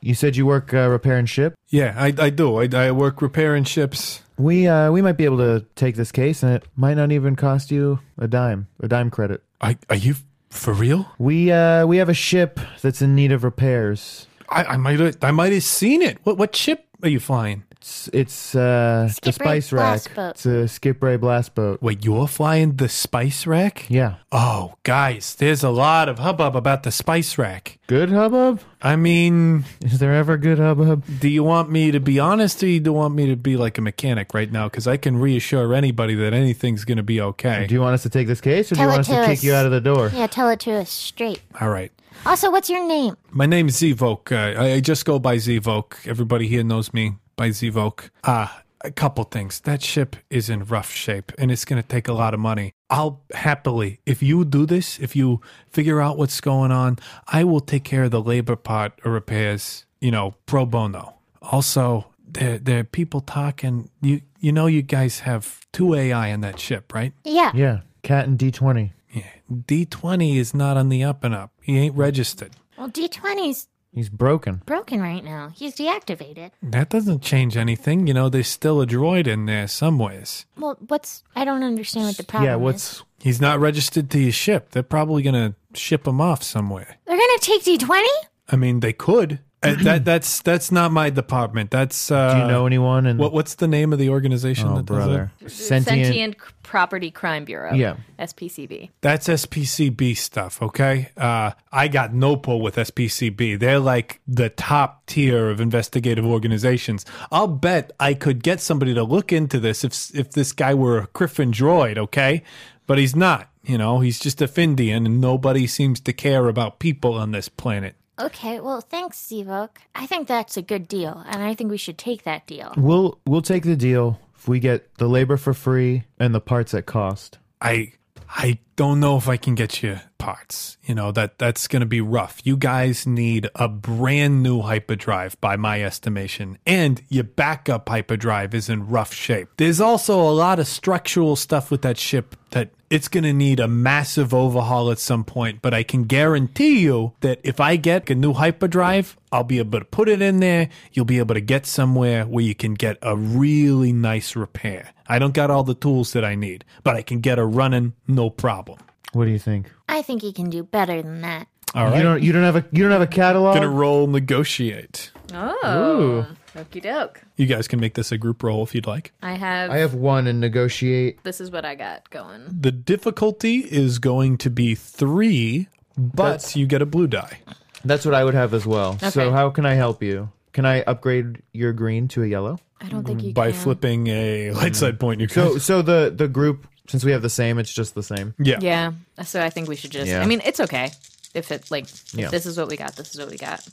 you said you work uh, repairing ship.
Yeah, I, I do. I, I work repairing ships.
We uh, we might be able to take this case, and it might not even cost you a dime, a dime credit.
Are, are you for real?
We uh, we have a ship that's in need of repairs.
I, I might have I might have seen it. What what ship are you flying?
It's it's uh, the
Skip Ray
spice rack.
blast boat.
It's a skip ray blast boat.
Wait, you're flying the spice rack?
Yeah.
Oh, guys, there's a lot of hubbub about the spice rack.
Good hubbub.
I mean,
Is there ever good hubbub?
do you want me to be honest or you do want me to be like a mechanic right now? Because I can reassure anybody that anything's going to be okay.
Do you want us to take this case, or do you
Tell
want us
it
to
to
kick
us.
you out of the door?
yeah, tell it to us straight.
All right.
Also, what's your name?
My name's Zvok. Uh, I, I just go by Zvok. Everybody here knows me by Zvok. Ah, a couple things. That ship is in rough shape and it's going to take a lot of money. I'll happily, if you do this, if you figure out what's going on, I will take care of the labor part of repairs, you know, pro bono. Also, there, there are people talking. You, you know, you guys have two AI in that ship, right?
Yeah.
Yeah, cat and D twenty.
Yeah. D20 is not on the up and up. He ain't registered.
Well, D20's
He's broken.
Broken right now. He's deactivated.
That doesn't change anything. You know, there's still a droid in there some ways.
Well, what's I don't understand what the problem
yeah,
is.
what's
He's not registered to your ship. They're probably going to ship him off somewhere.
They're gonna take D twenty?
I mean, they could. Uh, that that's that's not my department. That's uh,
do you know anyone? And
what what's the name of the organization
oh,
that does
brother,
it?
sentient.
C- Property Crime Bureau.
Yeah.
SPCB.
That's SPCB stuff, okay? Uh, I got no pull with SPCB. They're like the top tier of investigative organizations. I'll bet I could get somebody to look into this if if this guy were a Griffin droid, okay? But he's not. You know, he's just a Findian, and nobody seems to care about people on this planet.
Okay, well thanks, Zevok. I think that's a good deal, and I think we should take that deal.
We'll we'll take the deal if we get the labor for free and the parts at cost.
I I don't know if I can get you parts. You know, that that's going to be rough. You guys need a brand new hyperdrive by my estimation, and your backup hyperdrive is in rough shape. There's also a lot of structural stuff with that ship that it's going to need a massive overhaul at some point, but I can guarantee you that if I get a new hyperdrive, I'll be able to put it in there. You'll be able to get somewhere where you can get a really nice repair. I don't got all the tools that I need, but I can get her running no problem.
What do you think?
I think he can do better than that.
All right.
You don't you don't have a you don't have a catalog.
gonna roll negotiate.
Oh. Okie doke.
You guys can make this a group roll if you'd like.
I have,
I have one and negotiate.
This is what I got going.
The difficulty is going to be three, but you get a blue die.
That's what I would have as well.
Okay.
So how can I help you? Can I upgrade your green to a yellow?
I don't think you
By
can.
flipping a light side point, you
Mm-hmm. So
can.
so the the group since we have the same, it's just the same.
Yeah.
Yeah. So I think we should just.
Yeah.
I mean, it's okay if it like if
Yeah.
this is what we got. This is what we got.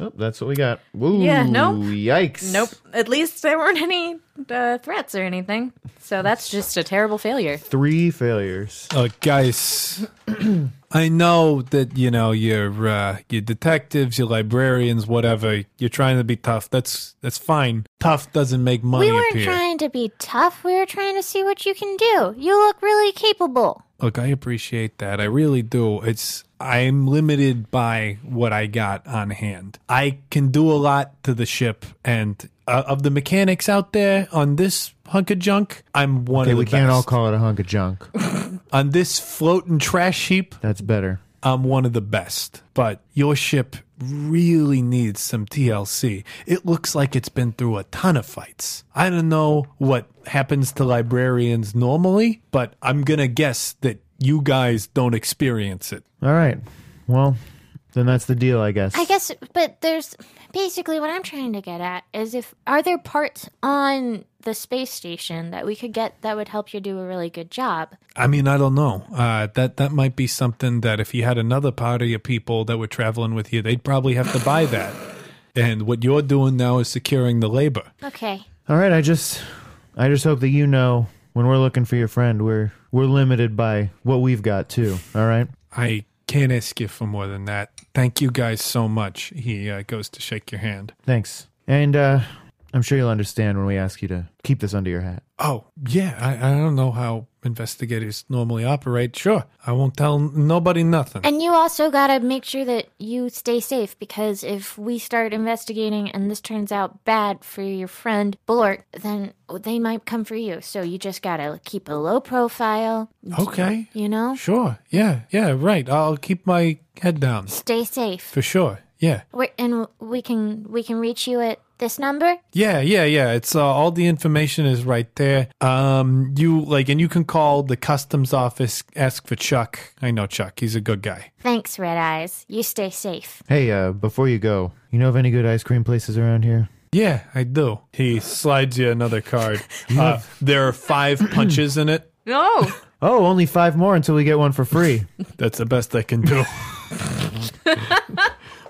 Oh, that's what we got. Woo,
Yeah, no.
Yikes.
Nope. At least there weren't any uh, threats or anything. So that's just a terrible failure.
Three failures.
Uh, guys, I know that you know you're uh, you detectives, your librarians, whatever. You're trying to be tough. That's that's fine. Tough doesn't make money
We weren't
appear.
trying to be tough. We were trying to see what you can do. You look really capable.
Look, I appreciate that. I really do. It's I'm limited by what I got on hand. I can do a lot to the ship and uh, of the mechanics out there on this hunk of junk. I'm one
Okay,
of the
we can't all
best.
call it a hunk of junk.
on this floating trash heap.
That's better.
I'm one of the best, but your ship really needs some TLC. It looks like it's been through a ton of fights. I don't know what happens to librarians normally, but I'm going to guess that you guys don't experience it.
All right. Well, then that's the deal, I guess.
I guess, but there's basically what I'm trying to get at is if are there parts on the space station that we could get that would help you do a really good job?
I mean, I don't know. Uh, that that might be something that if you had another party of people that were traveling with you, they'd probably have to buy that. And what you're doing now is securing the labor.
Okay.
All right, I just I just hope that you know when we're looking for your friend, we're we're limited by what we've got too. All right?
I can't ask you for more than that. Thank you guys so much. He uh, goes to shake your hand.
Thanks. And uh I'm sure you'll understand when we ask you to keep this under your hat.
Oh, yeah. I, I don't know how investigators normally operate. Sure. I won't tell nobody nothing.
And you also got to make sure that you stay safe because if we start investigating and this turns out bad for your friend Bullard, then they might come for you. So you just got to keep a low profile,
Okay.
you know?
Sure. Yeah. Yeah. Right. I'll keep my head down
Stay safe.
for sure. Yeah.
We're, and we can we can reach you at this number.
Yeah. Yeah. Yeah. It's uh, all the information is right there. Um, you like, and you can call the customs office, ask for Chuck. I know Chuck. He's a good guy.
Thanks, Red Eyes. You stay safe.
Hey, uh before you go, you know of any good ice cream places around here?
Yeah, I do. He slides you another card. Uh, there are five punches in it.
No.
Oh, only 5 more until we get one for free.
That's the best I can do.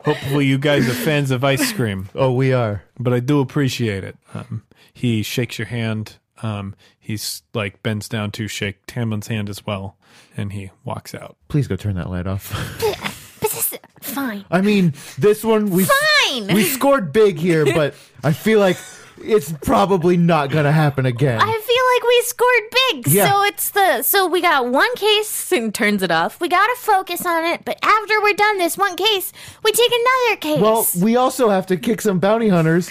Hopefully, you guys are fans of ice cream,
oh, we are.
but I do appreciate it. Um, he shakes your hand. Um, he's like bends down to shake Tamlin's hand as well, and he walks out.
Please go turn that light off.
But this fine.
I mean, this one we
Fine.
we scored big here, but I feel like it's probably not going to happen again.
I feel like we scored big.
Yeah.
So it's the so we got one case.
And turns it off.
We got to focus on it. But after we're done this one case, we take another case.
Well, we also have to kick some bounty hunters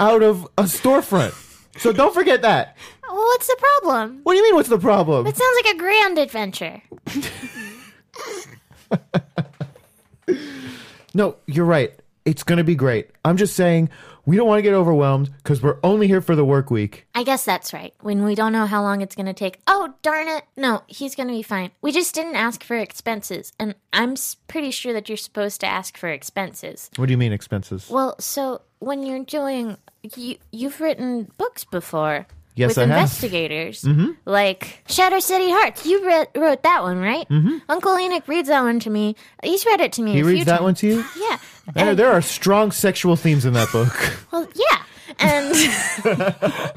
out of a storefront. So don't forget that.
Well, what's the problem?
What do you mean? What's the problem?
It sounds like a grand adventure.
No, you're right. It's going to be great. I'm just saying we don't want to get overwhelmed because we're only here for the work week.
I guess that's right. When we don't know how long it's going to take. Oh, darn it. No, he's going to be fine. We just didn't ask for expenses. And I'm s- pretty sure that you're supposed to ask for expenses.
What do you mean expenses?
Well, so when you're doing. You, you've written books before.
Yes,
with
I have. Mm-hmm.
investigators, like Shatter City Hearts. You re- wrote that one, right? Mm-hmm. Uncle Enoch reads that one to me. He's read it to me.
he
a few
reads that
times.
one to you?
Yeah.
There,
And-
there are strong sexual themes in that book.
well, yeah. And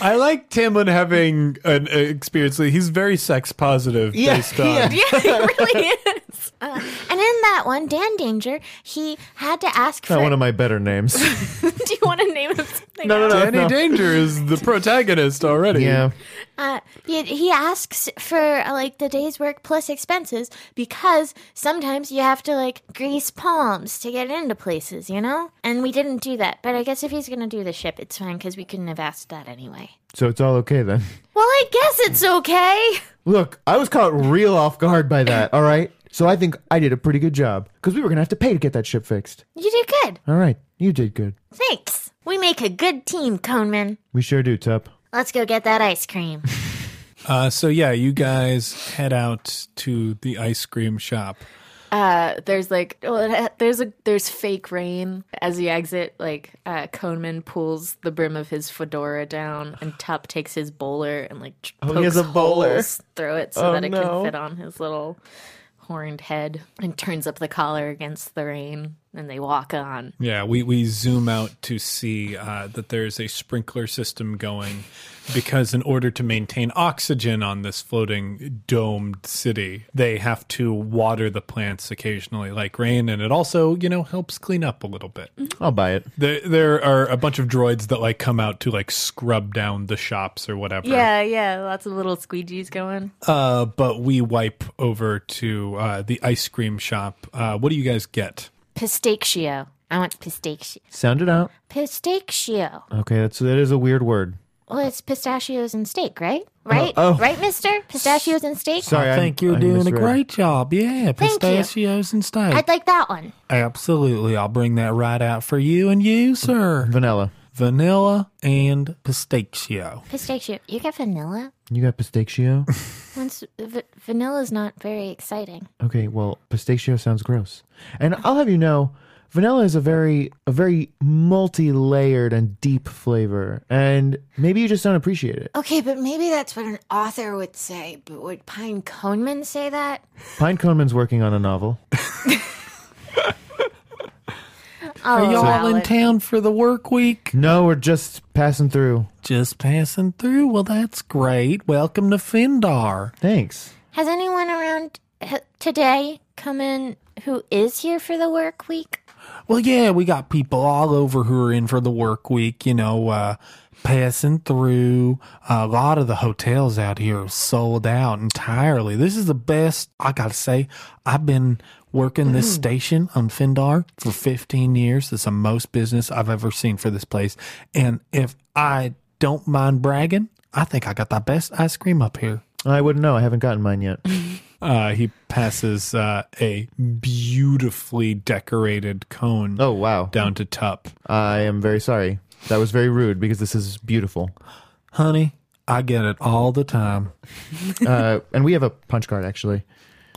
I like Timlin having an uh, experience. that He's very sex positive
Yeah,
based on.
yeah.
Yeah, it really is.
Uh, and in that one, Dan Danger, he had to ask for
Not one of my better names.
Do you want to name it something?
No, no, no.
Danny
no.
Danger is the protagonist already.
Yeah.
Uh, he, he asks for uh, like the day's work plus expenses because sometimes you have to like grease palms to get into places, you know? And we didn't do that. But I guess if he's going to do the ship, it's fine because we couldn't have asked that anyway.
So it's all okay then.
Well, I guess it's okay.
Look, I was caught real off guard by that, all right? So I think I did a pretty good job because we were going to have to pay to get that ship fixed.
You did good.
All right. You did good.
Thanks. We make a good team, Coneman.
We sure do, Tup.
Let's go get that ice cream.
Uh, so yeah, you guys head out to the ice cream shop.
Uh, there's like well, it ha- there's a there's fake rain as you exit. Like uh, Coneman pulls the brim of his fedora down, and Tup takes his bowler and like ch- pokes
Oh, he has a bowler.
holes through it so
Oh,
that it
no.
can fit on his little horned head, and turns up the collar against the rain, and they walk on.
Yeah, we, we zoom out to see uh, that there's a sprinkler system going because, in order to maintain oxygen on this floating domed city, they have to water the plants occasionally, like rain, and it also, you know, helps clean up a little bit.
I'll buy it.
There, there are a bunch of droids that like come out to like scrub down the shops or whatever.
Yeah, yeah, lots of little squeegees going.
Uh, but we wipe over to uh, the ice cream shop. Uh, what do you guys get?
Pistachio. I want pistachio.
Sound it out.
Pistachio.
Okay, that's that is a weird word.
Well, it's pistachios and steak, right? Right?
oh.
Right, mister? Pistachios and steak?
Sorry, I
think you're doing a
misread.
great job. Yeah,
Thank you.
pistachios and steak.
I'd like that one.
Absolutely. I'll bring that right out for you and you, sir.
vanilla.
Vanilla and pistachio.
Pistachio. You get vanilla?
You got pistachio.
Once v- vanilla's not very exciting.
okay, well, pistachio sounds gross, and I'll have you know, vanilla is a very a very multi-layered and deep flavor, and maybe you just don't appreciate it.
Okay, but maybe that's what an author would say. But would Pine Coneman say that?
Pine Coneman's working on a novel.
Oh,
Are
well,
y'all in
it-
town for the work week?
No, we're just passing through.
Just passing through. Well, that's great. Welcome to Findar.
Thanks.
Has anyone around h- today come in who is here for the work week?
Well, yeah, we got people all over who are in for the work week, you know, uh, passing through. Uh, a lot of the hotels out here are sold out entirely. This is the best, I gotta say, I've been working this
Mm.
station on Findar for 15 years. It's the most business I've ever seen for this place. And if I don't mind bragging, I think I got the best ice cream up here.
I wouldn't know. I haven't gotten mine yet.
Uh, he passes uh, a beautifully decorated cone
Oh wow,
down to Tup.
I am very sorry. That was very rude because this is beautiful.
Honey, I get it all the time.
Uh, and we have a punch card actually.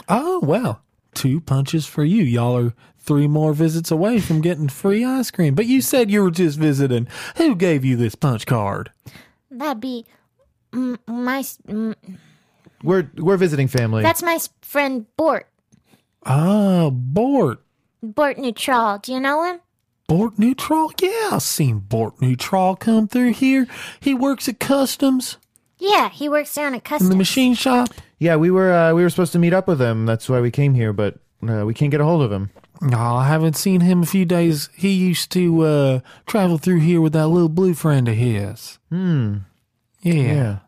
Oh, well, two punches for you. Y'all are three more visits away from getting free ice cream. But you said you were just visiting. Who gave you this punch card?
That'd be m- my. s- M-
We're we're visiting family.
that's my s- friend Bort.
Ah, Bort.
Bort Neutral. Do you know him?
Bort Neutral? Yeah, I seen Bort Neutral come through here. He works at customs
Yeah, he works down at
in
Customs.
the machine shop.
Yeah, we were uh, we were supposed to meet up with him. That's why we came here, but uh, we can't get a hold of him.
No, I haven't seen him a few days. He used to uh, travel through here with that little blue friend of his.
Yeah.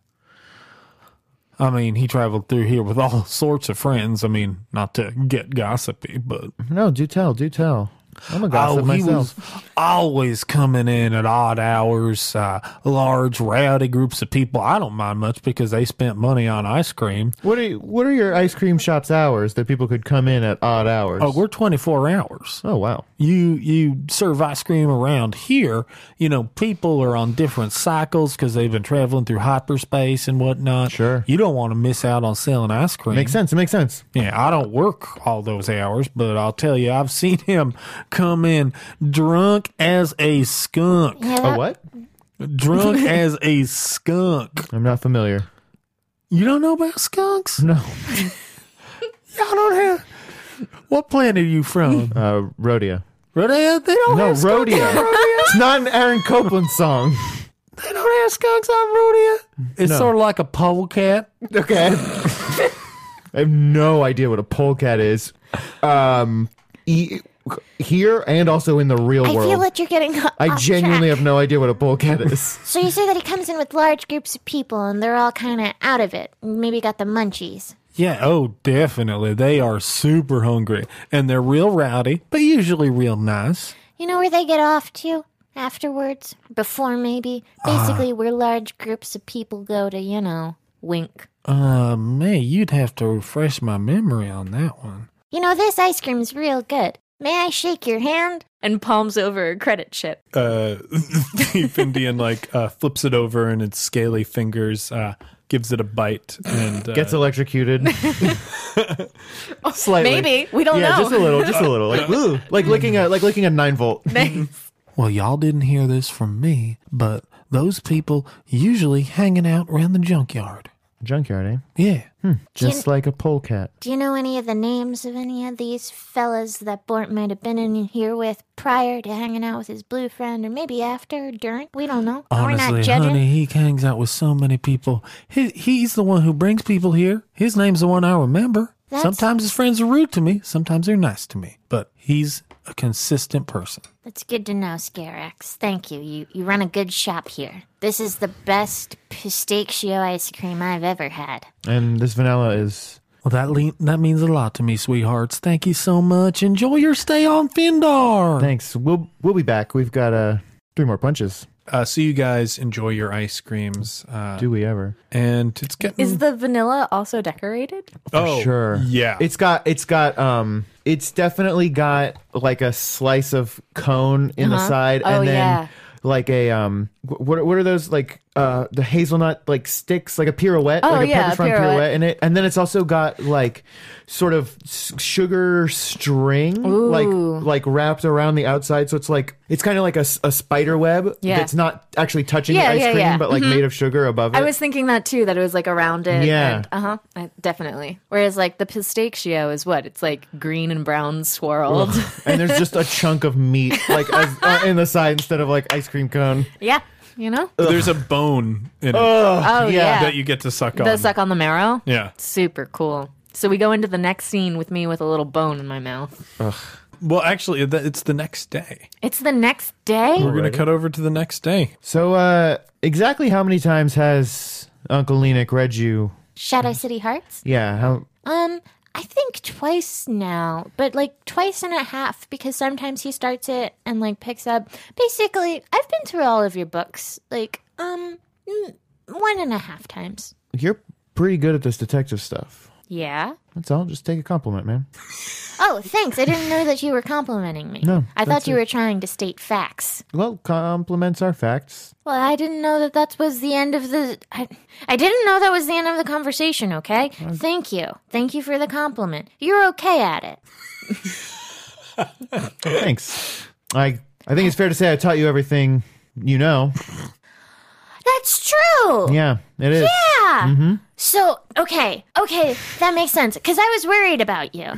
I mean, he traveled through here with all sorts of friends. I mean, not to get gossipy, but
No, do tell, do tell. I'm a gossip
Oh, he
myself.
was always coming in at odd hours, uh, large, rowdy groups of people. I don't mind much because they spent money on ice cream.
What are what are your ice cream shop's hours that people could come in at odd hours?
But Oh, we're 24 hours.
oh wow.
you you serve ice cream around here, you know, people are on different cycles because they've been traveling through hyperspace and whatnot.
Sure.
You don't want to miss out on selling ice cream.
Makes sense. It makes sense.
Yeah, I don't work all those hours, but I'll tell you, I've seen him come in drunk as a skunk.
Yeah,
Oh
that,
what?
Drunk as a skunk.
I'm not familiar.
You don't know about skunks?
No.
Y'all don't have. What planet are you from?
Uh, rodeo.
Rodeo? They don't
No,
have skunks.
rodeo. it's not an Aaron Copeland song.
They don't have skunks on rodeo. It's
No.
sort of like a polecat.
Okay. I have no idea what a polecat is. Um, e- here and also in the real
I
world.
feel like you're getting. o-
I
off
genuinely
track.
have no idea what a polecat is.
So you say that he comes in with large groups of people, and they're all kind of out of it. Maybe got the munchies.
Yeah, oh, definitely. They are super hungry and they're real rowdy, but usually real nice.
You know where they get off to afterwards? Before maybe?
Ah.
Basically, where large groups of people go to, you know, wink.
Uh, man, you'd have to refresh my memory on that one.
You know, this ice cream's real good. May I shake your hand?
and palms over a credit chip.
Uh, Thief Indian like uh, flips it over and its scaly fingers uh, gives it a bite and uh,
Gets electrocuted. Slightly.
Maybe we don't
Yeah,
know.
just a little, just a little. Like, ooh, like licking a like licking a nine volt.
Well, y'all didn't hear this from me, but those people usually hanging out around the junkyard.
Junkyard, eh?
Yeah.
Just like a polecat.
Do you know any of the names of any of these fellas that Bort might have been in here with prior to hanging out with his blue friend, or maybe after, or during? We don't know. Oh, We're
Honestly,
not judging.
honey, he hangs out with so many people. He, he's the one who brings people here. His name's the one I remember.
That's-
Sometimes his friends are rude to me, sometimes they're nice to me, but he's a consistent person.
That's good to know, Scarex. Thank you. You you run a good shop here. This is the best pistachio ice cream I've ever had.
And this vanilla is
Well, that le- that means a lot to me, sweethearts. Thank you so much. Enjoy your stay on Findar.
thanks. We'll we'll be back. We've got uh three more punches.
uh, so you guys enjoy your ice creams uh,
Do we ever?
and it's getting
Hmm.
Is the vanilla also decorated?
oh
sure.
yeah
It's got it's got um it's definitely got like a slice of cone in the side
Oh,
and then
yeah.
like a um wh- what are- what are those like uh the hazelnut like sticks like a pirouette
Oh,
like
yeah,
pepper
a
front
pirouette.
pirouette in it and then it's also got like sort of s- sugar string like like wrapped around the outside so it's like it's kind of like a, s- a spider web
Yeah.
that's not actually touching
Yeah,
the ice
yeah,
cream
yeah. Mm-hmm.
but like made of sugar above it
I was thinking that too, that it was like around it.
Yeah.
Uh huh. Definitely. Whereas like the pistachio is what? It's like green and brown swirled.
and there's just a chunk of meat like as, uh, in the side instead of like ice cream cone.
yeah. You know?
Uh,
there's a bone in it
Oh, yeah.
that you get to suck on
um,
the suck on the marrow.
yeah
Super cool. So we go into the next scene with me with a little bone in my mouth.
well actually th- it's the next day
It's the next day.
we're gonna cut over to the next day
So uh exactly how many times has Uncle Lenik read you? Hmm.
Shadow City Hearts?
Yeah, how
Um, I think twice now, but like twice and a half because sometimes he starts it and like picks up. Basically, I've been through all of your books, like um mm, one and a half times.
you're pretty good at this detective stuff.
Yeah.
That's all. Just take a compliment, man.
Oh, thanks. I didn't know that you were complimenting me.
No,
I
that's
thought you
it.
were trying to state facts.
Well, compliments are facts.
Well, I didn't know that that was the end of the. I, I didn't know that was the end of the conversation, okay? Thank you. Thank you for the compliment. You're okay at it.
Thanks. I I think it's fair to say I taught you everything you know.
That's true.
Yeah, it is.
Yeah. So, okay. Okay. That makes sense. Because I was worried about you.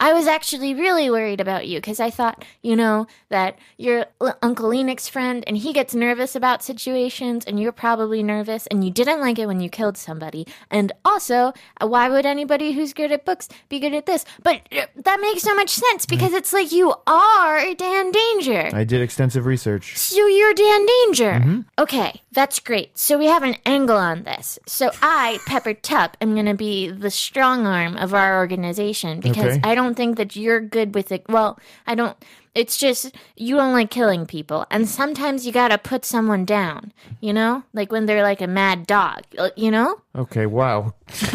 I was actually really worried about you because I thought, you know, that you're L- Uncle Lennox's friend and he gets nervous about situations and you're probably nervous and you didn't like it when you killed somebody. And also, uh, why would anybody who's good at books be good at this? But uh, that makes so much sense because it's like you are Dan Danger.
I did extensive research. Mm-hmm.
So you're Dan Danger. Okay, That's great. So we have an angle on this. So I, Pepper Tupp, am going to be the strong arm of our organization because
Okay.
I don't think that you're good with it. Well, I don't. It's just you don't like killing people, and sometimes you gotta put someone down. You know, like when they're like a mad dog. uh, You know.
Okay, wow.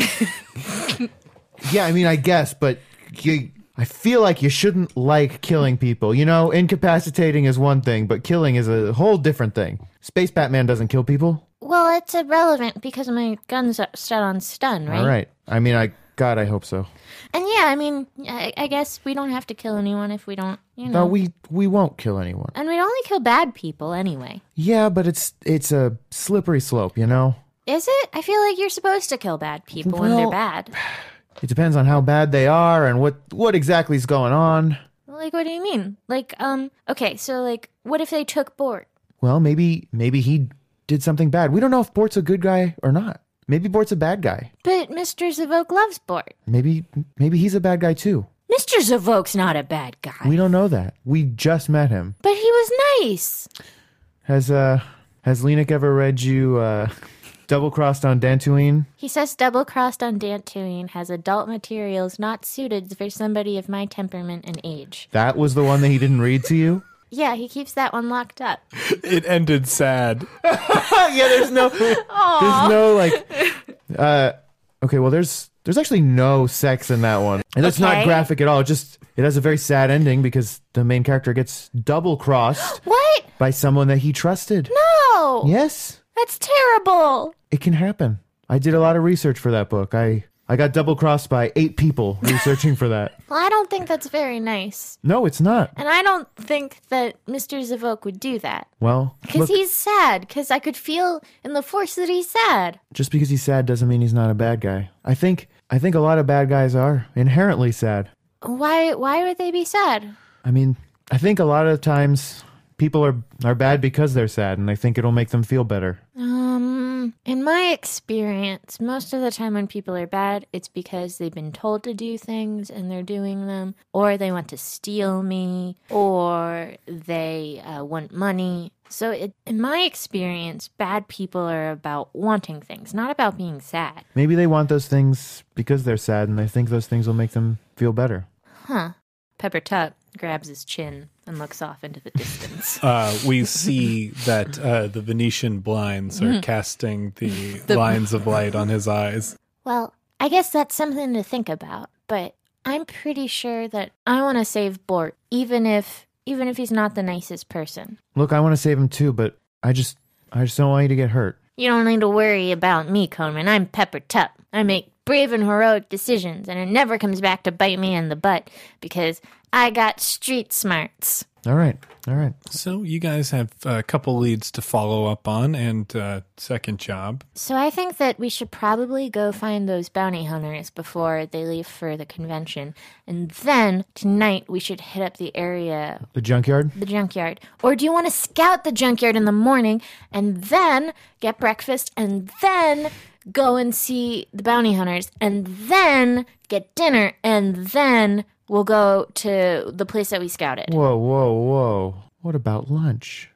yeah, I mean, I guess, but you, I feel like you shouldn't like killing people. You know, incapacitating is one thing, but killing is a whole different thing. Space Batman doesn't kill people.
Well, it's irrelevant because my gun's are set on stun, right?
All right. I mean, I God, I hope so.
And yeah, I mean, I, I guess we don't have to kill anyone if we don't, you know.
No, we we won't kill anyone.
and we only kill bad people anyway.
Yeah, but it's it's a slippery slope, you know.
Is it? I feel like you're supposed to kill bad people when they're
Well-
bad.
It depends on how bad they are and what what exactly is going on.
Like, what do you mean? Like, um, okay, so like, what if they took Bort?
Well, maybe maybe he did something bad. We don't know if Bort's a good guy or not. Maybe Bort's a bad guy.
But Mr. Zavok loves Bort.
Maybe maybe he's a bad guy too.
Mr. Zavok's not a bad guy.
We don't know that. We just met him.
but he was nice.
Has uh has Lenik ever read you uh Double Crossed on Dantooine?
He says double crossed on Dantooine has adult materials not suited for somebody of my temperament and age.
That was the one that he didn't read to you?
Yeah, he keeps that one locked up.
It ended sad.
yeah, there's no there's no like uh okay, well there's there's actually no sex in that one. And that's
Okay.
not graphic at all. It Just it has a very sad ending because the main character gets double crossed
What?
by someone that he trusted.
No!
Yes.
That's terrible!
It can happen. I did a lot of research for that book. I I got double crossed by eight people researching for that.
Well, I don't think that's very nice.
No, it's not.
And I don't think that Mr. Zavok would do that.
Well, look,
Because he's sad. Because I could feel in the force that he's sad.
just because he's sad doesn't mean he's not a bad guy. I think I think a lot of bad guys are inherently sad.
Why? Why would they be sad?
I mean, I think a lot of times people are are bad because they're sad and they think it'll make them feel better.
Um, in my experience, most of the time when people are bad, it's because they've been told to do things and they're doing them, or they want to steal me, or they uh, want money. So, it, in my experience, bad people are about wanting things, not about being sad.
Maybe they want those things because they're sad and they think those things will make them feel better.
Huh. Pepper Tuck grabs his chin and looks off into the distance.
Uh, we see that uh, the Venetian blinds
Mm-hmm.
are casting the, lines of light on his eyes.
well, I guess that's something to think about, but I'm pretty sure that I want to save Bort, even if even if he's not the nicest person.
Look, I want to save him too, but I just I just don't want you to get hurt.
You don't need to worry about me, Coleman. I'm Pepper Tup. I make brave and heroic decisions, and it never comes back to bite me in the butt because I got street smarts.
All right. All right.
So you guys have a couple leads to follow up on, and uh, second job.
So I think that we should probably go find those bounty hunters before they leave for the convention. And then tonight we should hit up the area,
The junkyard?
the junkyard. Or do you want to scout the junkyard in the morning and then get breakfast and then go and see the bounty hunters and then get dinner and then we'll go to the place that we scouted?
Whoa, whoa, whoa. What about lunch?